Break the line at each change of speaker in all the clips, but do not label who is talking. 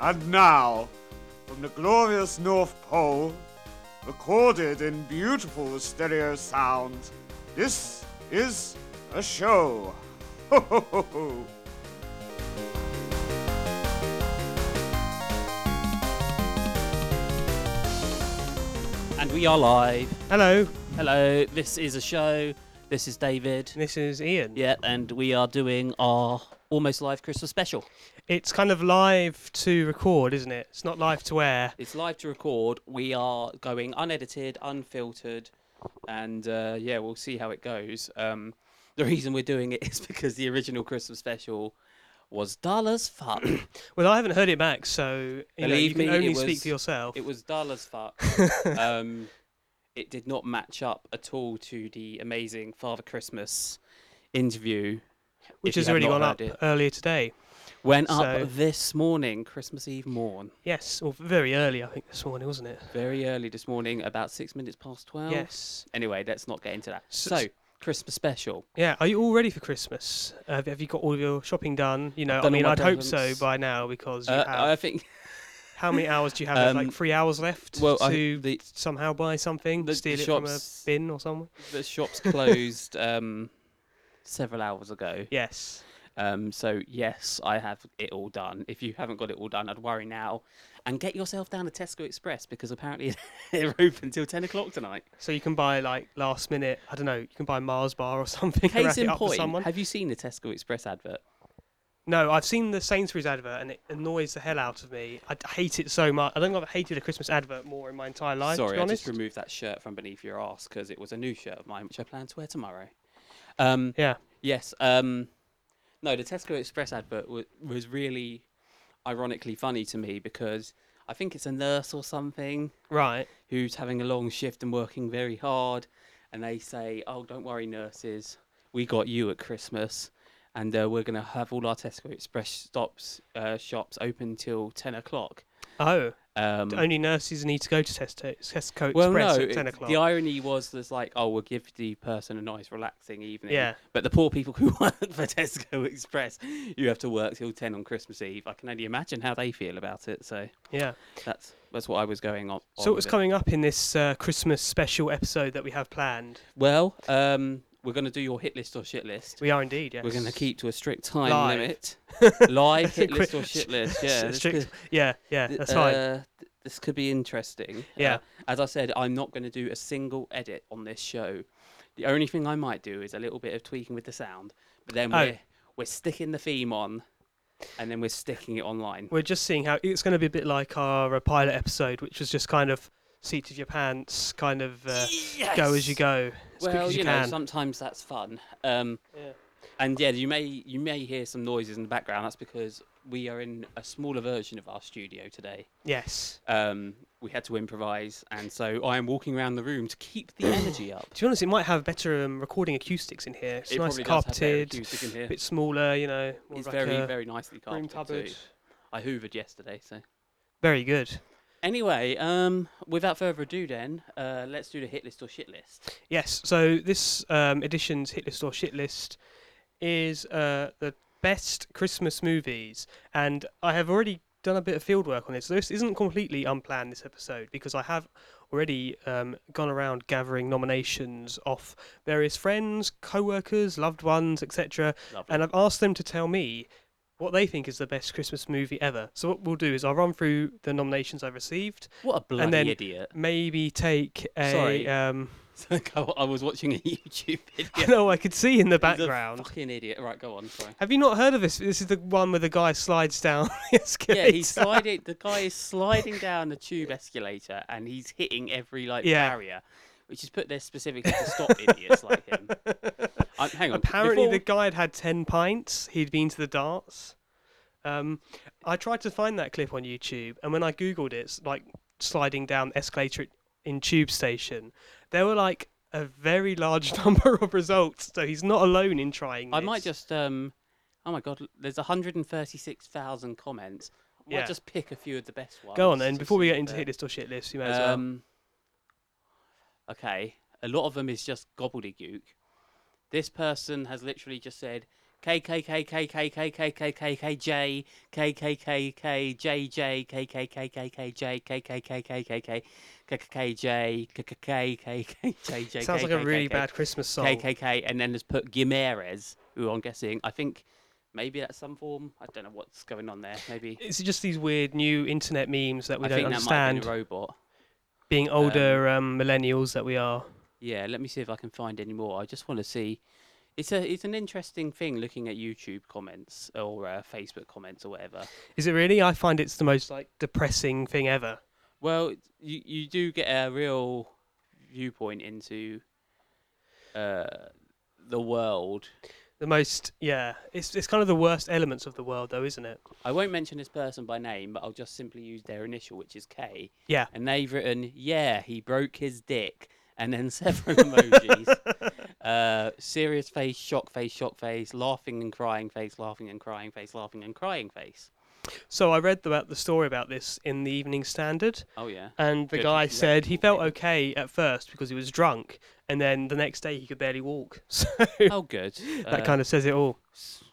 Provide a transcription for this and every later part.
And now, from the glorious North Pole, recorded in beautiful stereo sound, this is a show. Ho ho ho ho!
And we are live.
Hello,
Hello, this is a show. This is David.
this is Ian.
Yeah, and we are doing our almost live Christmas special.
It's kind of live to record, isn't it? It's not live to air.
It's live to record. We are going unedited, unfiltered, and uh, yeah, we'll see how it goes. Um, the reason we're doing it is because the original Christmas special was Darla's fuck.
Well, I haven't heard it back, so you, know, you
Believe
can
me, it
only
was-
speak for yourself.
it was Darla's fuck. um, it did not match up at all to the amazing Father Christmas interview,
which
if you
has
have
already
not
gone up
heard it.
earlier today.
Went
So-
up this morning, Christmas Eve morn,
Yes, or very early, I think, this morning, wasn't it?
very early this morning, about six minutes past twelve.
Yes.
Anyway, let's not get into that.
S-
So, Christmas special.
Yeah. Are you all ready for Christmas? Uh, have- have you got all your shopping done? You know,
I've
I
done all
mean,
my
I'd hope
presents.
so by now because you
Uh,
have.
I think
How many hours do you have? left?
Um,
like three hours left
well, I-
to
the-
somehow buy something,
the- the
steal it
shops-
from a bin or somewhere.
the shops closed um, several hours ago.
Yes.
Um, so yes, I have it all done. If you haven't got it all done, I'd worry now. And get yourself down to Tesco Express because apparently they're open till ten o'clock tonight.
So you can buy like last minute. I don't know. You can buy a Mars bar or something. and
Case
wrap
in
it up for
point,
someone.
have you seen the Tesco Express advert?
No, I've seen the Sainsbury's advert and it annoys the hell out of me. I d- hate it so much. I don't think I've hated a Christmas advert more in my entire life. to
Sorry,
be
I
honest.
just removed that shirt from beneath your ass because it was a new shirt of mine, which I plan to wear tomorrow. Um,
yeah.
yes. Um, no, the Tesco Express advert wa was really ironically funny to me because I think it's a nurse or something
Right.
who's having a long shift and working very hard, and they say, "Oh, don't worry, nurses, we got you at Christmas." And uh, we're gonna have all our Tesco Express stops uh, shops open till ten o'clock.
Oh,
Um,
only nurses need to go to Tesco, Tesco
Well,
Express
no,
at ten
it-
o'clock.
the irony was there's like, oh, we'll give the person a nice, relaxing evening.
Yeah.
But the poor people who work for Tesco Express, you have to work till ten on Christmas Eve. I can only imagine how they feel about it. So
yeah.
that's that's what I was going on.
So
on
what's
with
coming up in this uh, Christmas special episode that we have planned?
Well, um, we're going to do your hit list or shit list.
We are indeed. Yes.
We're going to keep to a strict time
Live.
limit. Live hit list or
Quick-
shit list. Yeah. this
strict-
could-
Yeah. Yeah.
th-
That's fine.
uh, th- This could be interesting.
Yeah.
Uh, as I said, I'm not going to do a single edit on this show. The only thing I might do is a little bit of tweaking with the sound, but then
Oh.
we're we're sticking the theme on, and then we're sticking it online.
we're just seeing how it's going to be a bit like our uh, pilot episode, which was just kind of seat of your pants, kind of uh, go as you
Yes!
go, as quick
Well,
as you,
you know,
can.
sometimes that's fun. Um,
Yeah.
And yeah, you may you may hear some noises in the background. That's because we are in a smaller version of our studio today.
Yes.
Um, we had to improvise, and so I am walking around the room to keep the energy up.
To be honest, it might have better um, recording acoustics in here. It's
It
nice
probably does have better
carpeted,
acoustic in here.
a bit smaller, you know. more
It's
of like
very,
a
very nicely
room
carpeted
cupboard.
too. I hoovered yesterday, so.
Very good.
Anyway, um, without further ado, then uh, let's do the hit list or shit list.
Yes. So this um, edition's hit list or shit list is uh, the best Christmas movies, and I have already done a bit of field work on this. This isn't completely unplanned this episode because I have already um, gone around gathering nominations off various friends, co-workers, loved ones, etc.
Lovely.
And I've asked them to tell me what they think is the best Christmas movie ever. So what we'll do is I'll run through the nominations I've received,
what a bloody
then-
idiot!
maybe take a
Sorry.
um,
So go- I was watching a YouTube video.
I know I could see in
He's
the
a
background.
fucking idiot. Right, go on. Sorry.
Have you not heard of this? This is the one where the guy slides down the escalator.
Yeah, he's sliding. The guy is sliding down the tube escalator, and he's hitting every like
Yeah.
barrier, which is put there specifically to stop idiots like him. Um, hang on.
Apparently,
before-
the guy had had ten pints. He'd been to the darts. Um, I tried to find that clip on YouTube, and when I googled it, it's like sliding down escalator in tube station, there were like a very large number of results. So he's not alone in trying.
I might
this.
just um oh my god, there's 136,000 comments. I might
Yeah.
just pick a few of the best ones.
go on then.
to
Before we
see
get into
the-
hit list or shit list, you may as well.
um, Okay, a lot of them is just gobbledygook. This person has literally just said K K K K K K K K K K J K K K K J J K K K K K J K K K K K K K K J K K K K K J J.
Sounds
K,
like a
K,
really
K, K,
bad Christmas song.
KKK, and then has put Guimares, who I'm guessing, I think maybe that's some form. I don't know what's going on there. Maybe
It's just these weird new internet memes that we
I
don't
think that might
understand.
be a robot.
Being older um, millennials that we are.
Yeah, let me see if I can find any more. I just want to see. It's a it's an interesting thing looking at YouTube comments or uh, Facebook comments or whatever.
Is it really? I find it's the most like depressing thing ever.
Well, you you do get a real viewpoint into uh, the world.
The most, yeah. It's it's kind of the worst elements of the world, though, isn't it?
I won't mention this person by name, but I'll just simply use their initial, which is K.
Yeah.
and they've written, "Yeah, he broke his dick," and then several emojis: uh, serious face, shock face, shock face, laughing and crying face, laughing and crying face, laughing and crying face.
So I read about the story about this in the Evening Standard,
Oh yeah,
and the
Good,
guy
reputable
said he felt
thing.
okay at first because he was drunk, and then the next day he could barely walk. So
oh good.
that kind of says it all.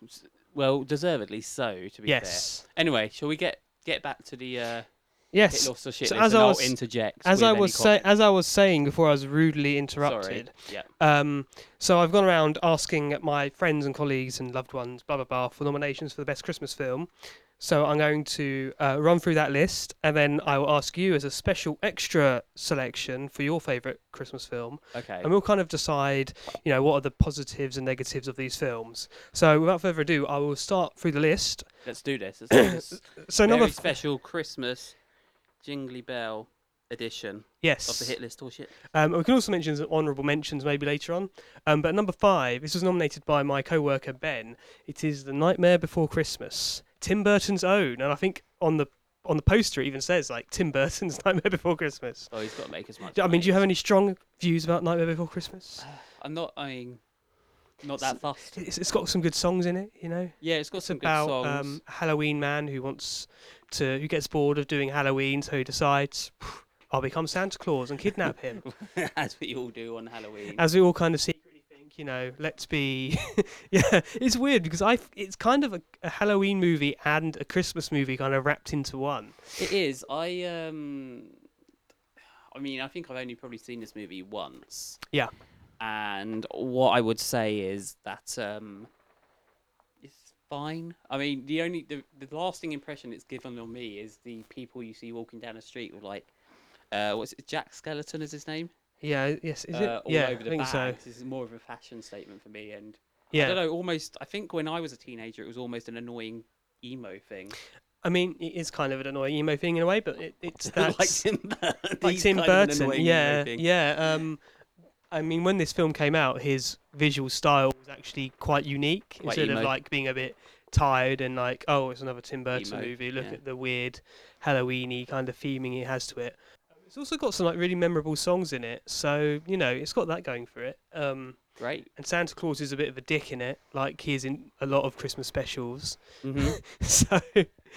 of well, deservedly so. To be
Yes.
fair. Anyway, shall we get get back to the uh, hit
Yes.
lost or shit
So
list
as
and
I
I'll
was-
interject
As
with
I
any
was say-
comments.
as I was saying before, I was rudely interrupted.
Sorry. Yeah.
Um, so I've gone around asking my friends and colleagues and loved ones, blah blah blah, for nominations for the best Christmas film. So I'm going to uh, run through that list, and then I will ask you as a special extra selection for your favourite Christmas film,
Okay.
and we'll kind of decide, you know, what are the positives and negatives of these films. So without further ado, I will start through the list.
Let's do this. Let's do this.
So
Very
number f-
special Christmas Jingly Bell edition of
yes,
the hit list or shit.
Um, we can also mention some honourable mentions maybe later on. Um, but number five, this was nominated by my co-worker Ben. It is The Nightmare Before Christmas, Tim Burton's own, and I think on the on the poster it even says like Tim Burton's Nightmare Before Christmas.
Oh, he's got to make as much.
Do- I mean, do you
money
have any strong views about Nightmare Before Christmas?
as- I'm not. I mean, not that fast.
It's, it's got some good songs in it, you know.
Yeah, it's got some
about
good songs.
Um, Halloween man who wants to who gets bored of doing Halloween, so he decides I'll become Santa Claus and kidnap him.
as we all do on Halloween.
as we all kind of secretly think, you know, let's be, yeah, it's weird because I, it's kind of a, a Halloween movie and a Christmas movie kind of wrapped into one.
it is. I um, I mean, I think I've only probably seen this movie once.
Yeah.
And what I would say is that um, it's fine. I mean, the only the, the lasting impression it's given on me is the people you see walking down the street with like, uh, what's it? Jack Skeleton is his name.
Yeah, yes, is
uh,
it?
All
yeah,
over the
I think
bags.
so.
This is more of a fashion statement for me, and I
Yeah,
don't know, almost. I think when I was a teenager, it was almost an annoying emo thing.
I mean, it is kind of an annoying emo thing in a way, but it, it's that
like Tim, Burton.
like
he's
Tim
kind of an
Burton.
annoying
Yeah,
emo thing.
yeah. Um, I mean, when this film came out, his visual style was actually quite unique
Quite
instead of
emo.
like being a bit tired and like, oh, it's another Tim Burton
Emo,
movie. Look
yeah.
at the weird Halloweeny kind of theming it has to it. It's also got some like really memorable songs in it, so you know it's got that going for it. Um,
Great.
and Santa Claus is a bit of a dick in it, like he is in a lot of Christmas specials
hmm
so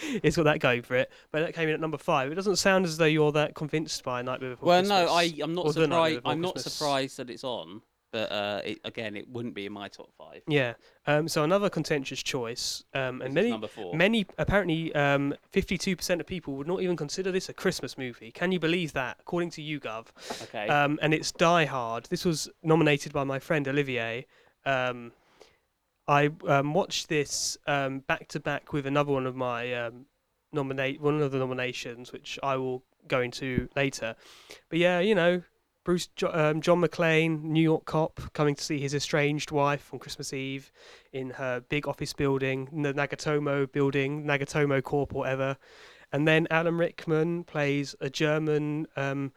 it's got that going for it. But that came in at number five. It doesn't sound as though you're that convinced by Nightmare Before
well,
Christmas.
no, I I'm not
Or The Night
surprised.
Before
I'm not
Christmas.
surprised that it's on, but uh, it, again, it wouldn't be in my top five.
Yeah. Um. So another contentious choice. Um.
This
And
is
many,
number four.
many apparently, um, fifty-two percent of people would not even consider this a Christmas movie. Can you believe that? According to YouGov.
okay.
Um. And it's Die Hard. This was nominated by my friend Olivier. Um. I um, watched this um, back to back with another one of my um, nominate one of the nominations, which I will go into later. But yeah, you know, Bruce jo- um, John McClane, New York cop, coming to see his estranged wife on Christmas Eve in her big office building, in the Nagatomo building, Nagatomo Corp, whatever. And then Alan Rickman plays a German um,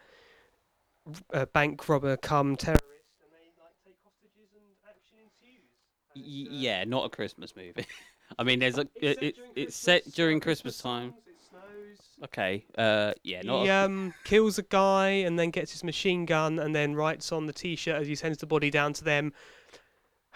r- uh, bank robber come terrorist, and they like take hostages and action ensues.
Y- yeah, not a Christmas movie. I mean, there's a it, it, it's
Christmas,
set during
it's got
Christmas time.
songs, It snows.
Okay. Uh, yeah, not.
he
a,
um, kills a guy and then gets his machine gun and then writes on the t-shirt as he sends the body down to them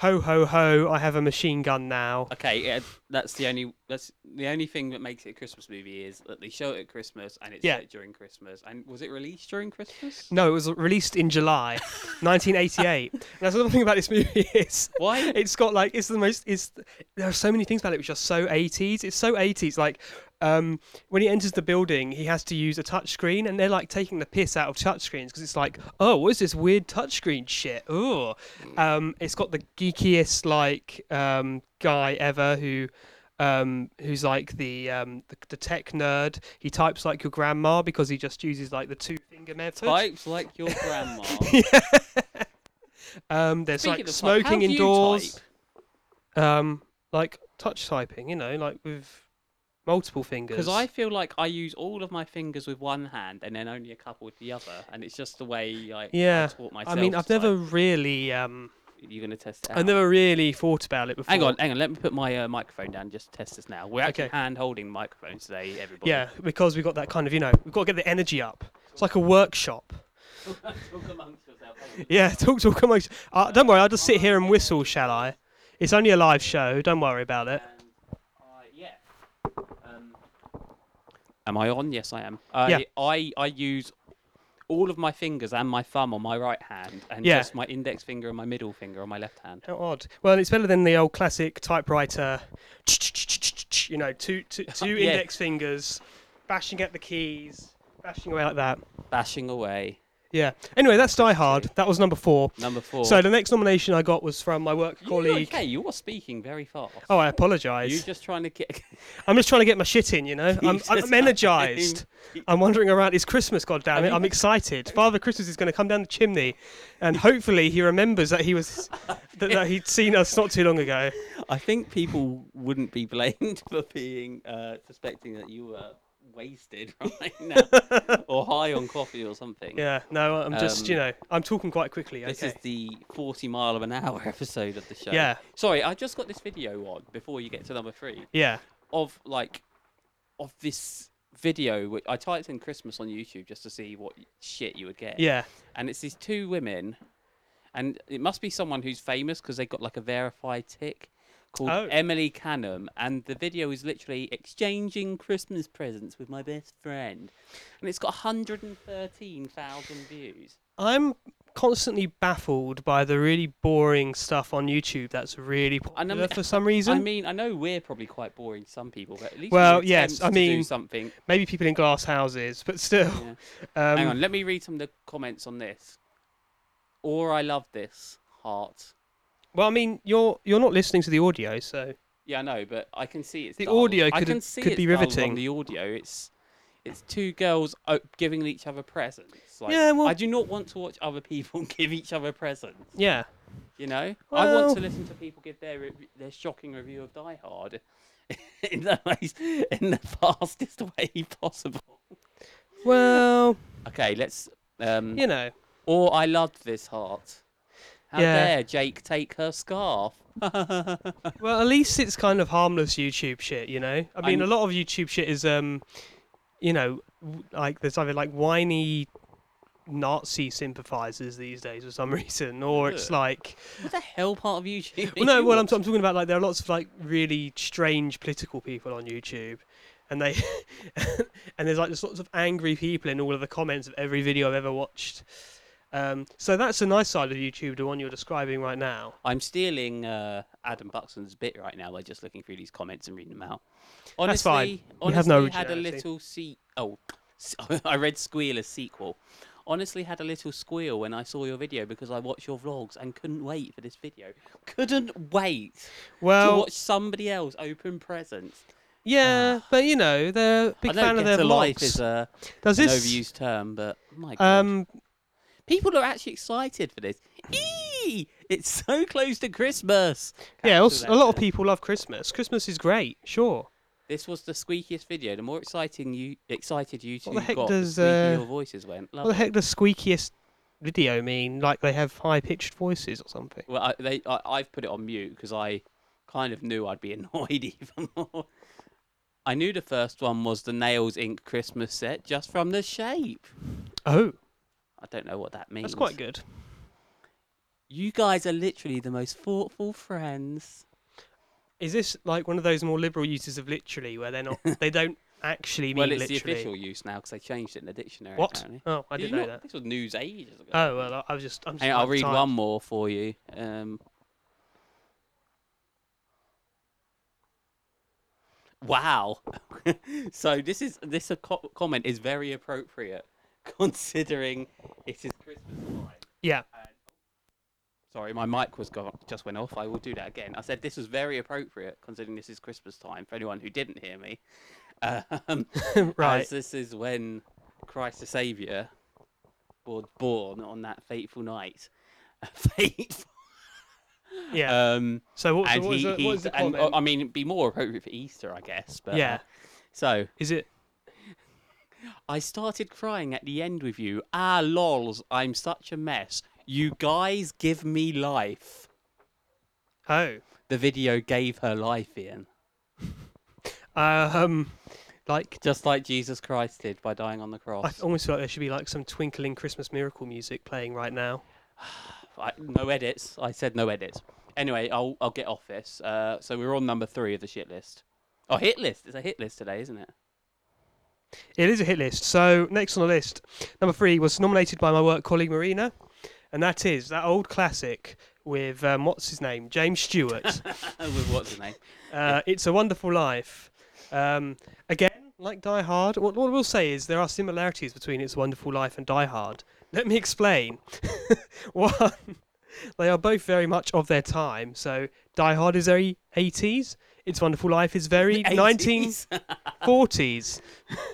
ho ho ho, I have a machine gun now.
Okay, yeah, that's the only that's the only thing that makes it a Christmas movie is that they show it at Christmas and it's
Yeah.
set during Christmas. And was it released during Christmas?
No, it was released in July 1988. And That's another thing about this movie is
Why?
it's got like it's the most it's there are so many things about it which are so 80s. It's so 80s like um, when he enters the building, he has to use a touchscreen, and they're like taking the piss out of touchscreens because it's like, oh, what is this weird touchscreen shit? Oh, um, it's got the geekiest like um, guy ever who um, who's like the, um, the the tech nerd. He types like your grandma because he just uses like the two finger method.
Types like your grandma.
Um, there's
Speaking
like
of type, how
smoking
do you
indoors.
type?
Um, like touch typing, you know, like with multiple fingers.
Because I feel like I use all of my fingers with one hand and then only a couple with the other, and it's just the way like, I
yeah,
taught
I
myself.
mean,
to
I've
type.
never really, um,
You're gonna test it. Out.
I've never really thought about it before.
Hang on, hang on. Let me put my uh, microphone down. Just to test this now. We're actually
Okay.
hand holding microphones today, everybody.
Yeah, because we've got that kind of, you know, we've got to get the energy up. It's like a workshop.
Talk amongst yourself.
Yeah, talk, talk amongst. Uh, don't worry, I'll just sit here and whistle, shall I? It's only a live show. Don't worry about it.
And, uh, yeah. Um, am I on? Yes, I am. I,
Yeah.
I I use all of my fingers and my thumb on my right hand, and
Yeah.
just my index finger and my middle finger on my left hand.
How odd. Well, it's better than the old classic typewriter. You know, two two- two
Yeah.
index fingers, bashing at the keys, bashing away like that.
Bashing away.
Yeah. Anyway, that's Die Hard. That was number four.
Number four.
So the next nomination I got was from my work
You
colleague.
Okay, you are speaking very fast.
Oh, I
You're
apologise.
just trying to get.
I'm just trying to get my shit in, you know. I'm,
Jesus,
I'm energised. I'm wandering around. It's Christmas, goddamn it!
you-
I'm excited. Father Christmas is going to come down the chimney, and hopefully he remembers that he was that, that he'd seen us not too long ago.
I think people wouldn't be blamed for being uh, suspecting that you were wasted right now or high on coffee or something.
Yeah, no, I'm just you
Um,
know, I'm talking quite quickly.
This
okay.
is the 40 mile of an hour episode of the show.
Yeah.
Sorry, I just got this video on before you get to number three
Yeah,
of like, of this video. Which I typed in Christmas on YouTube just to see what shit you would get.
yeah,
And it's these two women, and it must be someone who's famous because they got like a verified tick called
Oh.
Emily Canham. And the video is literally exchanging Christmas presents with my best friend. And it's got 113,000 views.
I'm constantly baffled by the really boring stuff on YouTube that's really
And
popular
I mean-
for some reason.
I mean, I know we're probably quite boring to some people, but at least
Well,
we
yes,
attempt
I
to do
mean-
something.
Maybe people in glass houses, but still.
Yeah.
Um,
Hang on, let me read some of the comments on this. Or I love this heart.
Well, I mean, you're you're not listening to the audio, so
Yeah, I know, but I can see it's
The
dulled.
audio
I
could-
can see
could
it's
be
dulled
riveting.
On the audio, it's it's two girls o- giving each other presents. Like,
Yeah, well-
I do not want to watch other people give each other presents.
yeah.
You know, I want to
Well-
listen to people give their re- their shocking review of Die Hard in the most- in the fastest way possible.
Well,
Okay, let's. Um,
you know,
Or I loved this heart. How
Yeah.
dare Jake take her scarf?
well, at least it's kind of harmless YouTube shit, you know. I
I'm-
mean, a lot of YouTube shit is um, you know, w- like there's either like whiny Nazi sympathizers these days for some reason, or it's
Ugh.
like
What the hell part of YouTube?
Well, no,
you
well, I'm,
watch?
t- I'm talking about like there are lots of like really strange political people on YouTube, and they and there's like just lots of angry people in all of the comments of every video I've ever watched. Um, so that's a nice side of YouTube, the one you're describing right now.
I'm stealing uh, Adam Buxton's bit right now by just looking through these comments and reading them out. Honestly,
That's fine.
Honestly,
You have no
had a
originality.
little se- Oh, s- I read squeal as sequel. Honestly, had a little squeal when I saw your video because I watch your vlogs and couldn't wait for this video. Couldn't wait to
Well,
watch somebody else open presents.
yeah, but you know they're a
Ah.
big
I know
fan
get
of their
a life
vlogs.
is a
Does
an
this?
overused term, but my God.
Um,
people are actually excited for this. Eee! It's so close to Christmas.
yeah,
Cancel
also,
that
a lot of
term.
people love Christmas. Christmas is great, sure.
This was the squeakiest video. The more exciting you excited you two
What the heck
got,
does,
the squeakier
uh,
your voices went. Love
What the
it.
heck does squeakiest video mean? Like they have high pitched voices or something?
Well, I, they, I, I've put it on mute because I kind of knew I'd be annoyed even more. I knew the first one was the Nails Inc. Christmas set just from the shape.
Oh,
I don't know what that means.
that's quite good.
You guys are literally the most thoughtful friends.
Is this like one of those more liberal uses of literally, where they're not, they don't actually mean
well, it's
literally?
the official use now because they changed it in the dictionary.
what?
Apparently.
Oh, I
Did
didn't
you
know
not-
that.
This was news ages ago.
Oh well, I I was just. I'm just
Hang on, I'll
out of
read
time.
one more for you. Um, wow. so this is this a co- comment is very appropriate considering it is Christmas time.
Yeah.
Sorry, my mic was gone, just went off. I will do that again. I said this was very appropriate considering this is Christmas time for anyone who didn't hear me. Um,
Right.
as this is when Christ the Saviour was born on that fateful night. fateful.
Yeah.
Um,
so what, so
and
what is
he,
the, what
he's,
is the
and, oh,
comment?
I mean, it'd be more appropriate for Easter, I guess. But uh,
yeah.
so
Is it?
I started crying at the end with you. Ah, lols, I'm such a mess. You guys give me life.
Oh.
The video gave her life, Ian.
Um. Like.
Just like Jesus Christ did by dying on the
I
cross.
almost feel like there should be like some twinkling Christmas miracle music playing right now.
I, no edits. I said no edits. Anyway, I'll I'll get off this. Uh, so we're on number three of the shit list. Oh, hit list. It's a hit list today, isn't it?
It is a hit list. So next on the list, number three was nominated by my work colleague Marina, and that is that old classic with um, what's his name, James Stewart.
With Oh, what's his name?
Uh, it's a Wonderful Life. Um, again, like Die Hard, what, what we'll say is there are similarities between It's a Wonderful Life and Die Hard. Let me explain. One, they are both very much of their time. So Die Hard is very 80s. It's Wonderful Life is very 1940s.
80s.
you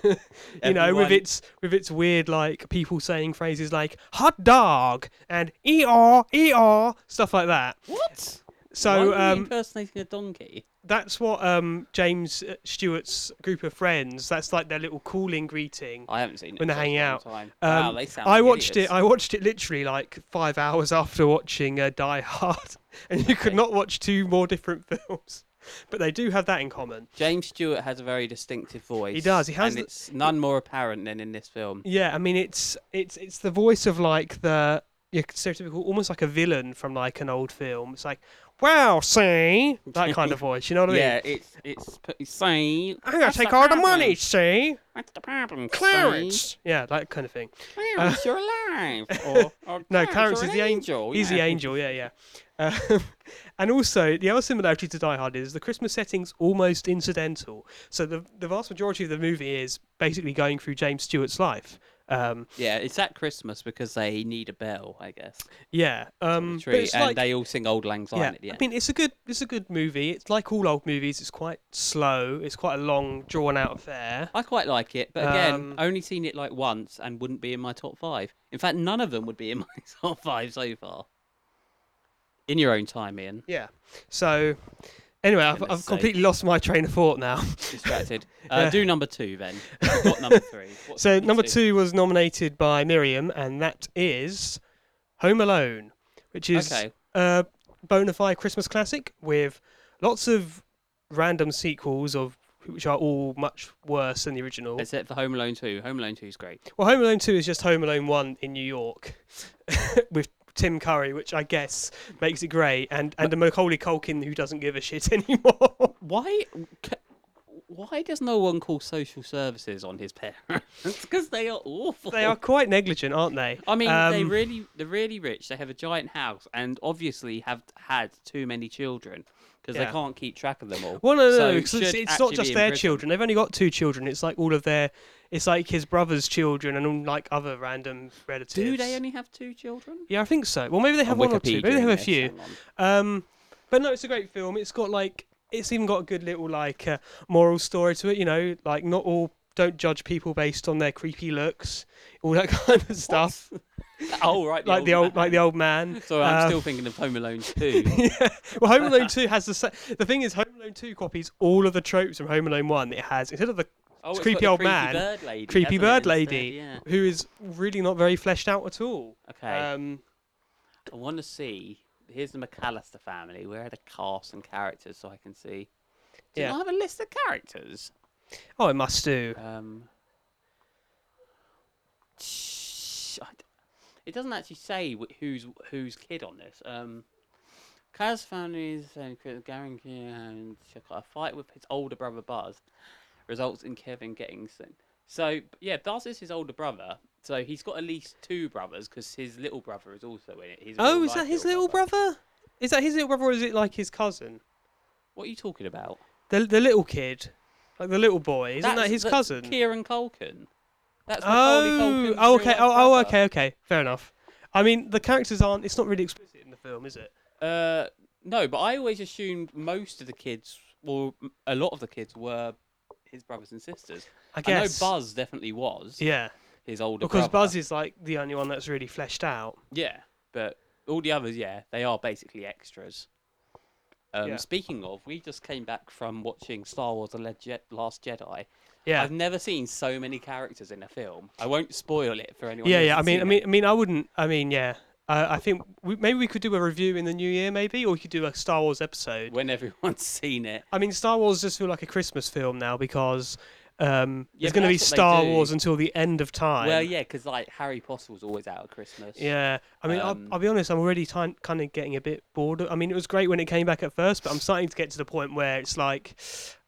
know, with
Everyone-
its with its weird like people saying phrases like hot dog and E eor eor stuff like that.
what? Why
So
were you
um,
impersonating a donkey.
that's what um, James uh, Stewart's group of friends. That's like their little calling greeting.
I haven't seen it
when they're
for such a
hanging
long
out.
Time.
Um,
wow, they sound.
I watched it.
idiots.
I watched it literally like five hours after watching uh, Die Hard, and you could
Okay.
not watch two more different films. But they do have that in common.
James Stewart has a very distinctive voice.
does, he has
and
the-
it's none more apparent than in this film.
Yeah, I mean it's it's it's the voice of like the your stereotypical, almost like a villain from like an old film. It's like, wow, see that kind of voice. You know what I mean?
Yeah, it's it's. p- See,
I'm gonna
that's
take all the
problem.
money, see,
That's the problem, see?
Clarence. Yeah, that kind of thing.
Clarence, you're alive. Or, or
Uh, No, Clarence is
you're
the
an
angel. He's
yeah.
the angel. Yeah, yeah. Um, and also, the other similarity to Die Hard is the Christmas setting's almost incidental. So the the vast majority of the movie is basically going through James Stewart's life. Um,
Yeah, it's at Christmas because they need a bell, I guess.
yeah. Um, but
Tree,
it's
and
like,
they all sing "Old Lang Syne"
yeah.
at the
I
end.
mean, it's a good it's a good movie. It's like all old movies. It's quite slow. It's quite a long, drawn out affair.
I quite like it, but again,
Um,
only seen it like once and wouldn't be in my top five. In fact, none of them would be in my top five so far. In your own time, Ian.
Yeah. So anyway, I've,
Goodness
I've completely lost my train of thought now.
Distracted. Uh, Do number two then. Not number three. What's
So number two was nominated by Miriam, and that is Home Alone, which is
Okay.
a bona fide Christmas classic with lots of random sequels of which are all much worse than the original.
Except for Home Alone two. Home Alone two is great.
Well, Home Alone Two is just Home Alone One in New York with Tim Curry, which I guess makes it great, and and a Macaulay Culkin who doesn't give a shit anymore.
Why? c- Why does no one call social services on his parents? Because they are awful.
they are quite negligent, aren't they?
I mean, they
Um,
really, they're really rich. They have a giant house, and obviously have had too many children because
Yeah.
they can't keep track of them all.
Well, no, no,
So
no, 'cause it's,
should
it's not
actually
just
be in
their
prison.
children. They've only got two children. It's like all of their, it's like his brother's children and all, like other random relatives.
Do they only have two children?
Yeah, I think so. Well, maybe they have
On
one or
Wikipedia,
two. Maybe they have a
yes,
few.
hang on.
Um, but no, it's a great film. It's got like, it's even got a good little like uh, moral story to it. You know, like not all don't judge people based on their creepy looks, all that kind of stuff.
Oh right,
Like the
man.
old, like the old man.
Sorry, I'm
Uh,
still thinking of Home Alone two.
Well, Home Alone Two has the sa- the thing is Home Alone Two copies all of the tropes from Home Alone One. It has instead of the
Oh, it's got
creepy
the
old
creepy
man,
bird lady,
creepy
hasn't it,
bird
instead?
lady
Yeah.
who is really not very fleshed out at all.
Okay.
Um,
I want to see. Here's the McAllister family. Where are the cast and characters so I can see? Do
Yeah.
I have a list of characters?
oh, it must do.
Um, sh- I d- It doesn't actually say wh- who's who's kid on this. Um, Kaz found his and Garen and Shaka- a fight with his older brother Buzz results in Kevin getting sent. So b- yeah, Buzz is his older brother. So he's got at least two brothers because his little brother is also in it. His
Oh,
real
is that
life
his little brother? Is that his little brother, or is it like his cousin?
What are you talking about?
The the little kid, like the little boy, isn't that
That's-
his
that's
cousin?
Kieran Culkin. That's Macaulay
Oh,
Culkin's
oh, okay.
real-life
Oh, oh,
brother.
okay, okay. Fair enough. I mean, the characters aren't. It's not really explicit in the film, is it?
Uh, no, but I always assumed most of the kids, or m- a lot of the kids, were his brothers and sisters.
I guess.
know Buzz definitely was
Yeah,
his older
because
brother.
Buzz is like the only one that's really fleshed out.
yeah, but all the others, yeah, they are basically extras. Um,
Yeah.
Speaking of, we just came back from watching Star Wars: The Le- Je- Last Jedi.
Yeah,
I've never seen so many characters in a film. I won't spoil it for anyone.
yeah,
who
yeah. I
hasn't
mean,
seen
I
it.
mean, I mean, I wouldn't. I mean, yeah. I I think we, maybe we could do a review in the new year, maybe, or we could do a Star Wars episode.
when everyone's seen it,
I mean, Star Wars just feel like a Christmas film now because um,
Yeah,
there's
but
going to be
that's what they
Star
do.
Wars until the end of time.
well, yeah, because like Harry Potter was always out at Christmas.
Yeah, I mean,
Um,
I'll, I'll be honest. I'm already kind of getting a bit bored. of- I mean, it was great when it came back at first, but I'm starting to get to the point where it's like,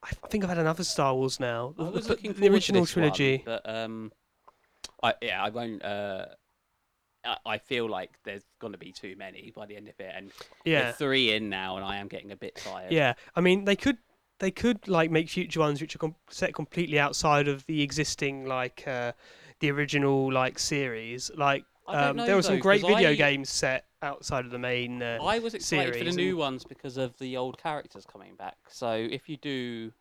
I I think I've had enough of Star Wars now.
I
The-
was
the,
looking
the
forward
original
to this one,
trilogy.
but um, I yeah, I won't. Uh, I, I feel like there's gonna be too many by the end of it, and we're
Yeah,
three in now, and I am getting a bit tired.
yeah. I mean, they could they could like make future ones which are com- set completely outside of the existing like uh, the original like series. Like
I don't
um,
know,
there were some
though,
great
'cause
video
I-
games set outside of the main. Uh,
I was excited for the
series
new
and-
ones because of the old characters coming back. So if you do,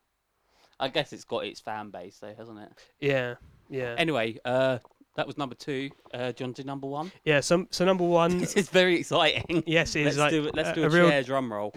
I guess it's got its fan base though, hasn't it?
yeah, yeah,
Anyway, uh, that was number two. Uh, John did number one.
yeah. So so number one.
This is very exciting.
Yes, it
Let's
is like
do it. Let's
a,
do a,
a real
chair drum roll.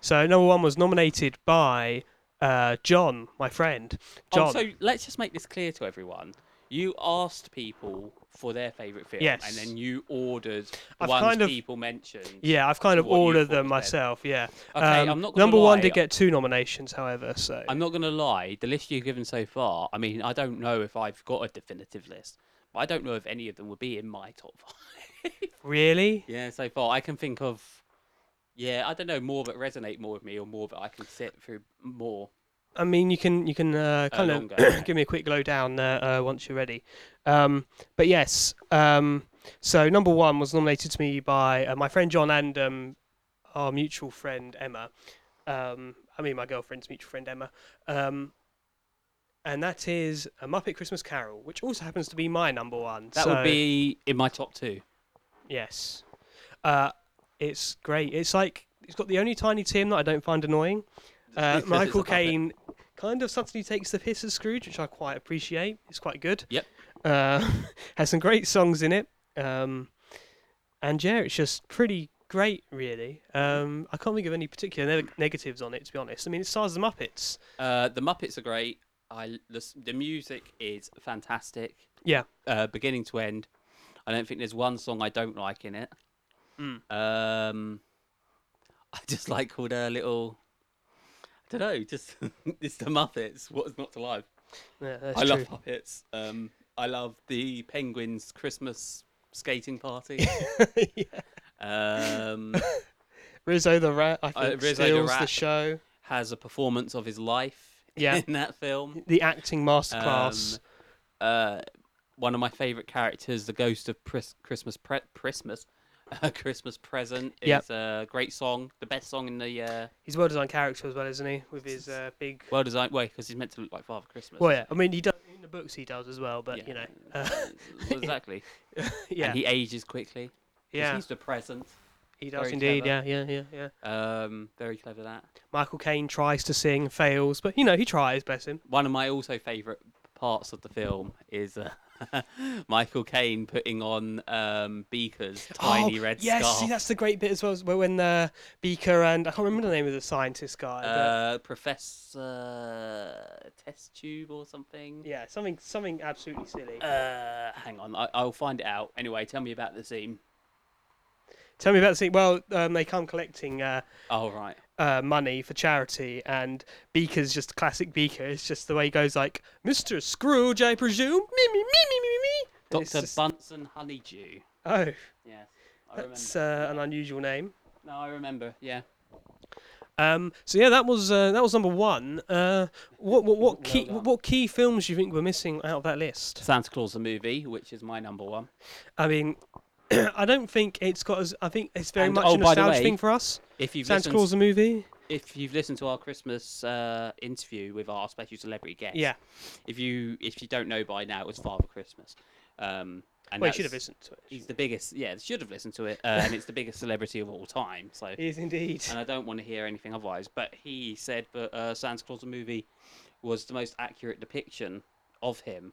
So number one was nominated by uh, John, my friend. John.
Oh, so let's just make this clear to everyone. You asked people for their favourite film,
Yes.
and then you ordered the
I've
ones
kind of-
people mentioned.
yeah, I've kind of
what you
ordered
thought
them
was
myself. Yeah. Um,
Okay, I'm not gonna
number one
lie,
did get two nominations, however. So
I'm not going to lie. The list you've given so far, I mean, I don't know if I've got a definitive list, but I don't know if any of them would be in my top five.
really,
yeah, so far I can think of. Yeah, I don't know more that resonate more with me, or more that I can sit through more.
I mean, you can you can uh,
Uh,
kind
longer.
of give me a quick lowdown uh, uh, once you're ready. Um, but yes, um, so number one was nominated to me by uh, my friend John and um, our mutual friend Emma. Um, I mean, my girlfriend's mutual friend Emma. Um, and that is A Muppet Christmas Carol, which also happens to be my number one.
That
so-
would be in my top two.
Yes. Uh, it's great. It's like, it's got the only Tiny Tim that I don't find annoying. Uh,
Because it's a
Michael
puppet.
Caine kind of subtly takes the piss as Scrooge, which I quite appreciate. It's quite good.
Yep.
Uh, has some great songs in it. Um, and yeah, it's just pretty great, really. Um, I can't think of any particular neg negatives on it, to be honest. I mean, it stars the Muppets.
Uh, the Muppets are great. I l- the, s- the music is fantastic,
Yeah.
uh, beginning to end. I don't think there's one song I don't like in it.
Mm.
Um, I just like all their little. I don't know. Just it's the Muppets. What's not to like?
yeah that's
I
true.
love Muppets. Um, I love the Penguins Christmas skating party.
yeah.
um,
Rizzo the Rat, I think,
Uh, Rizzo the
steals the,
Rat.
show.
has a performance of his life.
Yeah.
in that film.
The acting masterclass.
Um, uh, one of my favorite characters, the ghost of Pris- Christmas Pre- Christmas, uh, Christmas present is
Yep.
a great song, the best song in the uh,
He's a well-designed character as well, isn't he? With his uh, big...
world design way because he's meant to look like Father Christmas.
Well, yeah. I mean, he does in the books. He does as well, but you know, uh,
exactly.
yeah,
And
he,
he ages quickly. 'cause
yeah,
he's the present.
he does
very
indeed.
clever.
Yeah, yeah, yeah, yeah.
Um, very clever that.
Michael Caine tries to sing, fails, but you know, he tries. Bless him.
One of my also favorite parts of the film is. Uh, Michael Caine putting on um, Beaker's tiny
oh,
red
yes,
scarf.
see, that's the great bit as well. is where When uh, Beaker and I can't remember the name of the scientist guy. but
uh, Professor Test Tube or something.
yeah, something, something absolutely silly.
Uh, hang on, I, I'll find it out. Anyway, tell me about the scene.
Tell me about the scene. Well, um, they come collecting uh,
Oh right,
uh, money for charity, and Beaker's just classic Beaker. It's just the way he goes, like Mister Scrooge, I presume. Me me me me me me. And it's
Dr.
just-
Bunsen Honeydew.
Oh,
Yes, I remember.
that's uh, an unusual name.
No, I remember. Yeah.
Um, so yeah, that was uh, that was number one. Uh, what what, what
Well
key
done.
what key films do you think were missing out of that list?
Santa Claus the movie, which is my number one.
I mean, I don't think it's got as I think it's very
And-
much
oh, by
a
the
nostalgia
way,
thing for us.
If you've
Santa
listened,
Claus the movie.
if you've listened to our Christmas uh, interview with our special celebrity guest,
Yeah.
If you if you don't know by now, it was Father Christmas. Um, and
Well, you
that's-
should have listened to it.
He's the biggest. Yeah, should have listened to it, uh, and it's the biggest celebrity of all time. So,
He is indeed.
and I don't want to hear anything otherwise. But he said that uh, Santa Claus the movie was the most accurate depiction of him,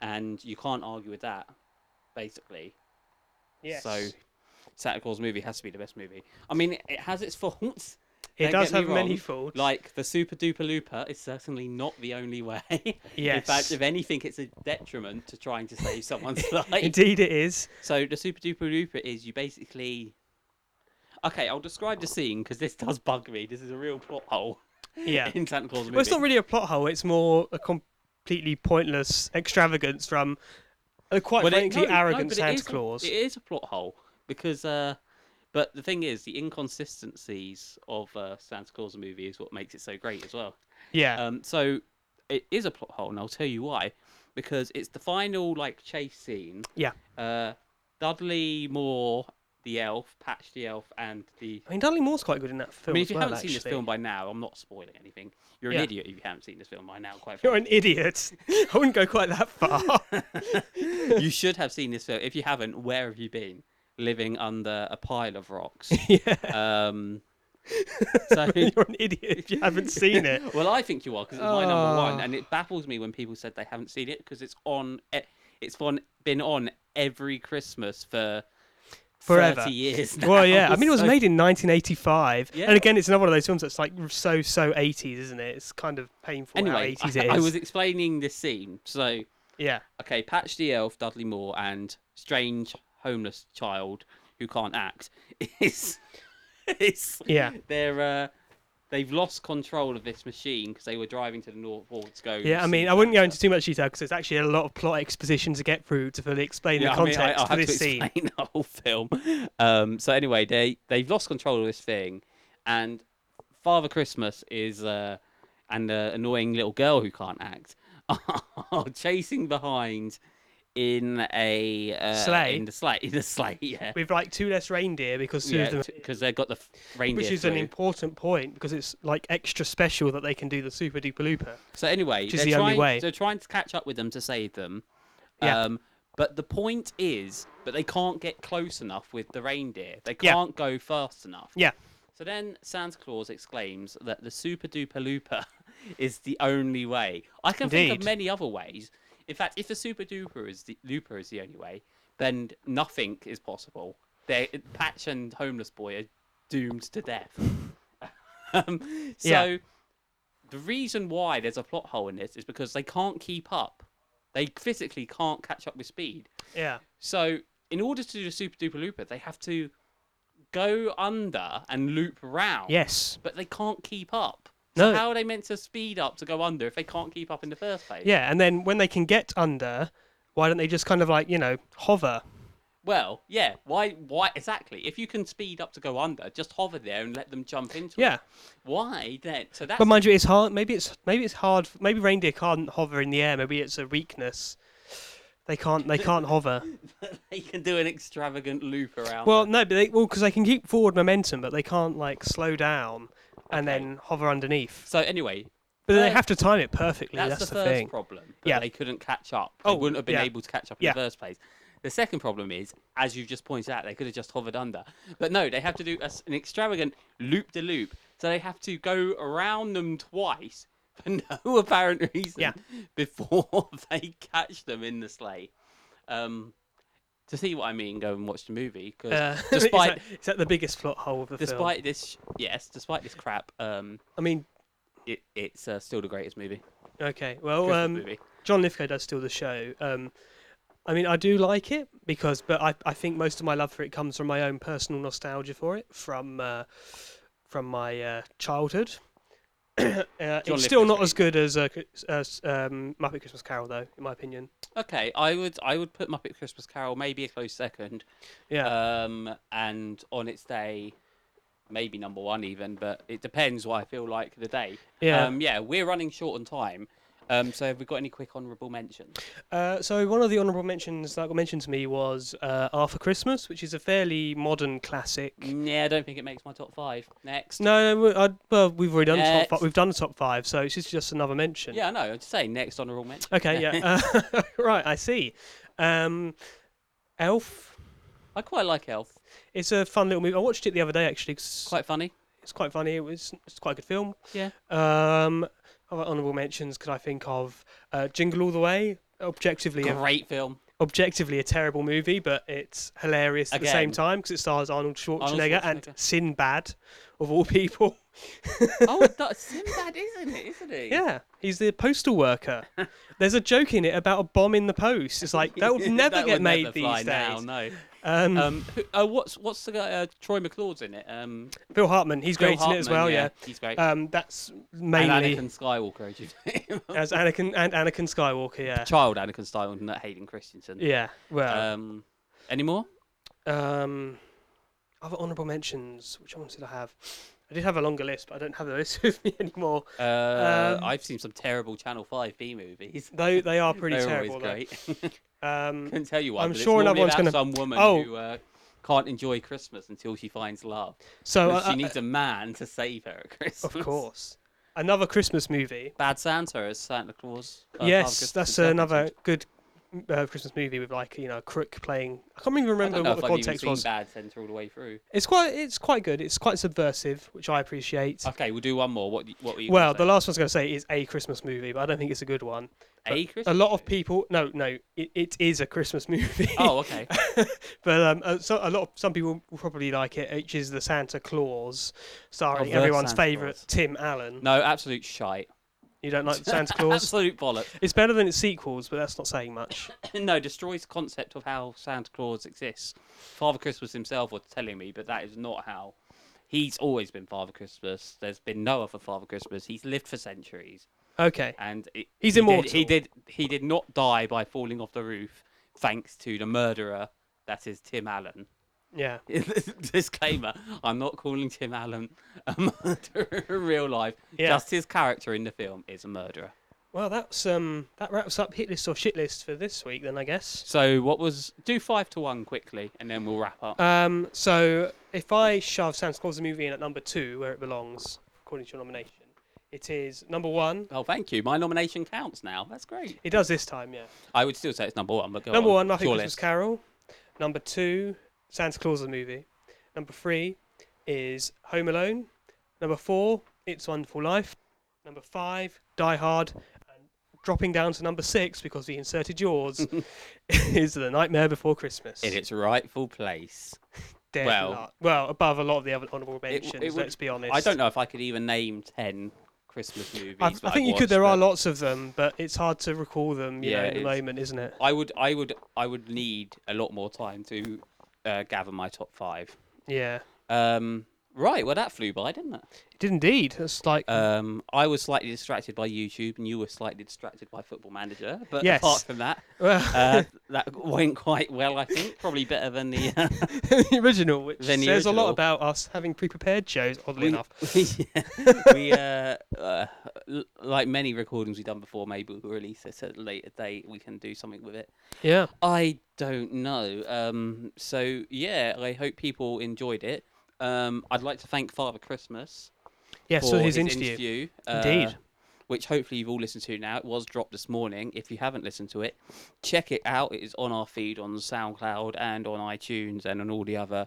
and you can't argue with that. Basically,
Yes.
So Santa Claus movie has to be the best movie. I mean, it has its faults.
it
don't
does
get me
have many
wrong,
faults.
Like the Super Duper Looper is certainly not the only way. In
Yes.
fact, if anything, it's a detriment to trying to save someone's life.
Indeed, it is.
So the Super Duper Looper is you basically. Okay, I'll describe the scene because this does bug me. This is a real plot hole
Yeah.
in Santa Claus movie.
Well, it's not really a plot hole. It's more a completely pointless extravagance from a quite
Well, it-
frankly
no, no,
arrogant
but it
Santa
is a-
Claus.
it is a plot hole because, uh, but the thing is, the inconsistencies of uh, Santa Claus movie is what makes it so great as well.
yeah.
Um, so it is a plot hole, and I'll tell you why. Because it's the final like chase scene.
yeah.
Uh, Dudley Moore, the elf, Patch the elf, and the.
I mean, Dudley Moore's quite good in that
I
film.
mean, if
as
you
well,
haven't seen this
actually.
film by now, I'm not spoiling anything. You're an
Yeah.
idiot if you haven't seen this film by now. Quite
You're an idiot. I wouldn't go quite that far.
frankly. you should have seen this film. If you haven't, where have you been? Living under a pile of rocks.
yeah.
um, so
You're an idiot if you haven't seen it.
well, I think you are because it's my number one,
Ah.
and it baffles me when people said they haven't seen it because it's on. e- It's on, been on every Christmas for
Forever.
thirty years. Now,
Well, yeah. I mean, it was
so-
made in 1985,
Oh, Yeah.
and again, it's another one of those films that's like so so 80s, isn't it? It's kind of painful
Anyway,
how 80s
I,
it is.
I was explaining this scene. So,
Yeah.
okay, Patch the Elf, Dudley Moore, and strange homeless child who can't act is is
Yeah.
They're uh, they've lost control of this machine because they were driving to the North Wall to go.
Yeah, I
see
mean, I wouldn't go
Santa.
into too much detail because there's actually a lot of plot exposition to get through to fully explain the
I mean,
context
I- I'll
for
have
this
to
scene.
explain the whole film. Um, so anyway, they they've lost control of this thing, and Father Christmas is uh, and the annoying little girl who can't act are chasing behind in a uh,
Sleigh.
in the sleigh in the sleigh, yeah,
With like two less reindeer because two of them,
because they've got the f- reindeer.
which is an
flu.
important point because it's like extra special that they can do the super duper looper.
So anyway,
Which is
they're
the only
trying,
way.
They're trying to catch up with them to save them.
Yeah.
Um, but the point is, but they can't get close enough with the reindeer. They
Yeah.
can't go fast enough.
Yeah.
So then Santa Claus exclaims that the super duper looper is the only way. I can think
Indeed.
of many other ways. In fact, if the super duper is the looper is the only way, then nothing is possible. They Patch and homeless boy are doomed to death. um, so
Yeah.
the reason why there's a plot hole in this is because they can't keep up. They physically can't catch up with speed.
Yeah.
So in order to do the super duper looper, they have to go under and loop round.
Yes.
But they can't keep up.
No.
So how are they meant to speed up to go under if they can't keep up in the first place?
Yeah, and then when they can get under, why don't they just kind of like you know hover?
Well, yeah. Why? Why exactly? If you can speed up to go under, just hover there and let them jump into it.
Yeah.
Why then? So that's
But mind you, it's hard. Maybe it's maybe it's hard. Maybe reindeer can't hover in the air. Maybe it's a weakness. They can't. They can't hover.
they can do an extravagant loop around.
Well,
it.
no, but they well because they can keep forward momentum, but they can't like slow down and
Okay.
then hover underneath.
so anyway,
But then they
First-
have to time it perfectly.
that's,
That's,
the,
the,
first
thing.
problem.
Yeah.
yeah, they couldn't catch up. They
Oh,
wouldn't have been
yeah.
able to catch up in
Yeah.
the first place. The second problem is, as you've just pointed out, they could have just hovered under. But no, they have to do a s an extravagant loop de loop. So they have to go around them twice for no apparent reason
Yeah.
before they catch them in the sleigh. Um, to see what I mean, go and watch the movie because
Uh, is,
despite
that, is that the biggest plot hole of the film?
despite this sh- yes, despite this crap, um,
I mean,
it, it's uh, still the greatest movie.
okay. Well,
Christmas
um,
movie.
John Lithgow does steal the show. Um, I mean, I do like it because, but I, I think most of my love for it comes from my own personal nostalgia for it from uh, from my uh, childhood. uh, it's still
Lithgow's
not as good as uh, c- as um, Muppet Christmas Carol, though, in my opinion.
Okay, I would I would put Muppet Christmas Carol maybe a close second.
Yeah.
Um, and on its day, maybe number one even, but it depends what I feel like the day.
Yeah.
Um, yeah, we're running short on time. Um, so have we got any quick honourable mentions?
Uh, so one of the honourable mentions that got mentioned to me was uh, Arthur Christmas, which is a fairly modern classic.
Yeah, I don't think it makes my top five. Next.
No, no we- I, well, we've already done top
Next.
five. We've done the top five, so it's just, just another mention.
Yeah, I know. I'm just saying next honourable mention.
Okay. Yeah. Uh, right. I see. Um, Elf.
I quite like Elf.
It's a fun little movie. I watched it the other day actually. 'cause
Quite funny.
It's quite funny. It was. It's quite a good film.
Yeah.
Um, other honourable mentions could I think of? Uh, Jingle All the Way. Objectively, a,
Great film.
objectively a terrible movie, but it's hilarious at the same
Again.
time because it stars Arnold Schwarzenegger,
Arnold
and
Schwarzenegger.
Sinbad, of all people.
oh, that's Sinbad, isn't it? Isn't he?
Yeah, he's the postal worker. There's a joke in it about a bomb in the post. It's like that would never
That
get
would
made
never
these
fly
days.
now, no.
Um,
Um, who- oh, what's what's the guy? Uh, Troy McClure's in it. Um,
Bill Hartman, he's
Bill
great in it as
Hartman,
well. Yeah,
he's great.
Um, that's
and
mainly
Anakin Skywalker. do you know?
as Anakin and Anakin Skywalker. Yeah,
Child Anakin Skywalker, not Hayden Christensen.
yeah. Well,
Um, any more? Uh,
um, other honourable mentions. Which ones did I have? I did have a longer list, but I don't have the list with me anymore.
Uh,
um,
I've seen some terrible Channel Five B movies.
They they are pretty
They're
terrible.
always
though.
great.
Um,
Couldn't tell you why.
I'm
but it's
sure
normally
another one's
about some
gonna-
woman
Oh.
who uh, can't enjoy Christmas until she finds love.
so
And
uh,
she
uh,
needs a man to save her at Christmas.
of course, another Christmas movie.
Bad Santa is Santa Claus. uh, Father
yes,
Christmas
that's
and Santa
another
Claus.
good uh, Christmas movie with like you know a crook playing. I can't even
I
remember
don't know
what
if
the
I've even
context
seen
was.
Bad Santa all the way through.
It's quite it's quite good. It's quite subversive, which I appreciate.
Okay, we'll do one more. What y- what were you? gonna
well,
say?
the last one's going to say is a Christmas movie, but I don't think it's a good one. but
a
A
Christmas.
lot of people, no, no, it, it is a Christmas movie.
Oh, okay.
but um, uh, so a lot of some people will probably like it, which is the Santa Claus, starring
the
everyone's
Santa
favourite
Claus.
Tim Allen.
No, absolute shite.
You don't like the Santa Claus?
Absolute bollocks.
it's better than its sequels, but that's not saying much.
no, destroys concept of how Santa Claus exists. Father Christmas himself was telling me, but that is not how. He's always been Father Christmas. There's been no other Father Christmas. He's lived for centuries,
Okay,
and it,
He's
he did-
immortal.
he did. He did not die by falling off the roof, thanks to the murderer that is Tim Allen.
yeah.
Disclaimer: I'm not calling Tim Allen a murderer in real life.
Yeah.
Just his character in the film is a murderer.
Well, that's um, that wraps up hit list or shit list for this week, then I guess.
So, what was do five to one quickly, and then we'll wrap up.
Um, so if I shove Santa Claus the movie in at number two, where it belongs according to your nomination, it is number one.
Oh, thank you. My nomination counts now. That's great.
It does this time, yeah.
I would still say it's number one, but go
number
on.
one, Muppet
Your
Christmas
list.
Carol. Number two, Santa Claus the movie. Number three is Home Alone. Number four, It's Wonderful Life. Number five, Die Hard. And dropping down to number six because we inserted yours is The Nightmare Before Christmas.
in its rightful place.
Dead
well-
nut. well, above a lot of the other honourable
It-
mentions.
it would-
let's be honest.
I don't know if I could even name ten Christmas movies.
I've-
that
I
I've
think you could.
watched,
There are
but
lots of them, but it's hard to recall them. You know,
Yeah,
in the
it's-
moment, isn't it?
I would, I would, I would need a lot more time to uh, gather my top five.
Yeah,
Um, right. Well, that flew by, didn't it?
it did indeed. It's like
Um, I was slightly distracted by YouTube, and you were slightly distracted by Football Manager. But
Yes.
apart from that,
well,
uh, that went quite well. I think probably better than the. Uh,
the original, which
Than the
says a lot
original.
about us having pre-prepared shows. Oddly
we,
enough,
yeah, we uh, uh, l- like many recordings we've done before, maybe we'll release this at a later date. We can do something with it.
yeah.
I don't know. Um, so yeah, I hope people enjoyed it. Um, I'd like to thank Father Christmas
Yeah,
for
so his, interview.
interview, uh,
Indeed.
which hopefully you've all listened to now. It was dropped this morning. If you haven't listened to it, check it out. It is on our feed on SoundCloud and on iTunes and on all the other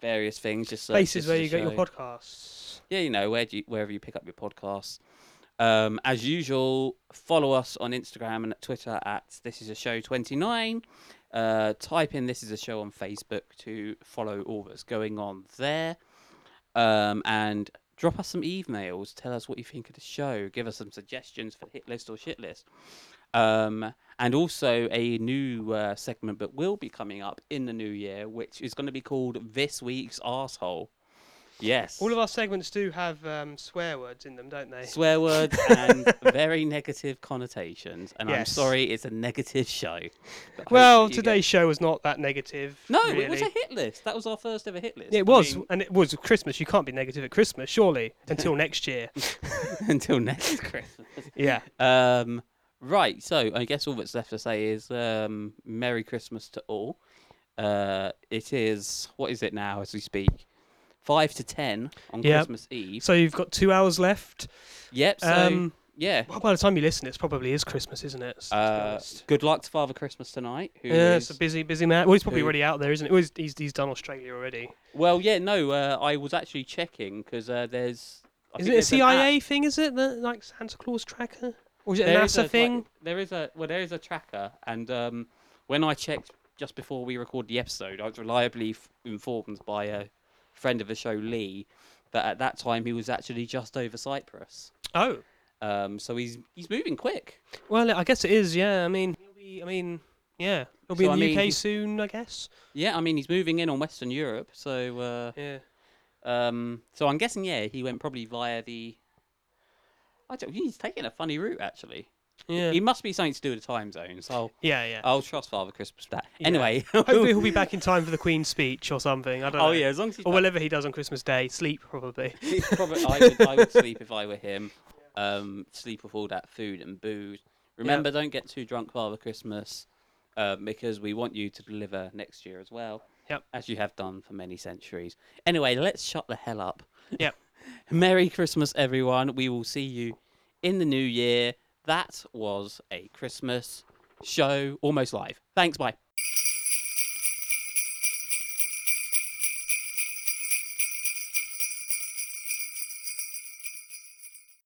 various things. Just search
Places
This
where
Is a
you get your
Show
podcasts.
yeah, you know, where do you, wherever you pick up your podcasts. Um, as usual, follow us on Instagram and Twitter at This Is A Show 29. Uh, type in This Is A Show on Facebook to follow all that's going on there. Um, and drop us some emails. Tell us what you think of the show. Give us some suggestions for hit list or shit list. Um, and also a new uh, segment that will be coming up in the new year, which is going to be called This Week's Asshole. Yes.
All of our segments do have um, swear words in them, don't they?
swear words and very negative connotations. And I'm
Yes.
sorry, it's a negative show. but
well,
hopefully you get-
today's show was not that negative.
No,
really.
it was a hit list. That was our first ever hit list.
It
I
was,
mean,
and it was Christmas. You can't be negative at Christmas, surely, until next year.
until next Christmas.
Yeah.
Um, right. So I guess all that's left to say is um, Merry Christmas to all. Uh, it is what is it now as we speak? Five to ten on
Yep.
Christmas Eve.
So you've got two hours left.
Yep. So
Um,
yeah.
Well, by the time you listen, it's probably is Christmas, isn't it? S- to be
Uh,
honest.
good luck to Father Christmas tonight. Who
yeah, it's a
is-
busy, busy man. Well, he's probably
who-
already out there, isn't he? Well, he's, he's, he's done Australia already.
Well, yeah, no. Uh, I was actually checking because uh, there's. I think
Is it a
there's an app-
CIA thing? Is it the like Santa Claus tracker, or is it
There
a
is
NASA
like-
thing?
there is a well, there is a tracker, and um, when I checked just before we recorded the episode, I was reliably f- informed by a friend of the show, Lee, that at that time he was actually just over Cyprus.
Oh,
Um, so he's he's moving quick.
well, I guess it is. Yeah, I mean, he'll be, I mean, yeah, he'll be
So, I
in the
mean,
UK
he's-
soon, I guess.
Yeah, I mean he's moving in on Western Europe, so uh,
Yeah.
Um, so I'm guessing, yeah, he went probably via the. I don't. He's taking a funny route, actually.
Yeah.
He Oh. must be something to do with the time zones. I'll
yeah, yeah.
I'll trust Father Christmas for that.
Yeah.
Anyway.
Hopefully, he'll be back in time for the Queen's speech or something. I don't know.
oh yeah, as long as he's.
Or
back-
whatever he does on Christmas Day, sleep probably.
he's probably, I, would, I would sleep if I were him. Um, sleep with all that food and booze. Remember, don't get too drunk, Father Christmas, uh, because we want you to deliver next year as well.
Yep.
As you have done for many centuries. Anyway, let's shut the hell up.
Yep.
Merry Christmas, everyone. We will see you in the new year. That was a Christmas show, almost live. Thanks. Bye.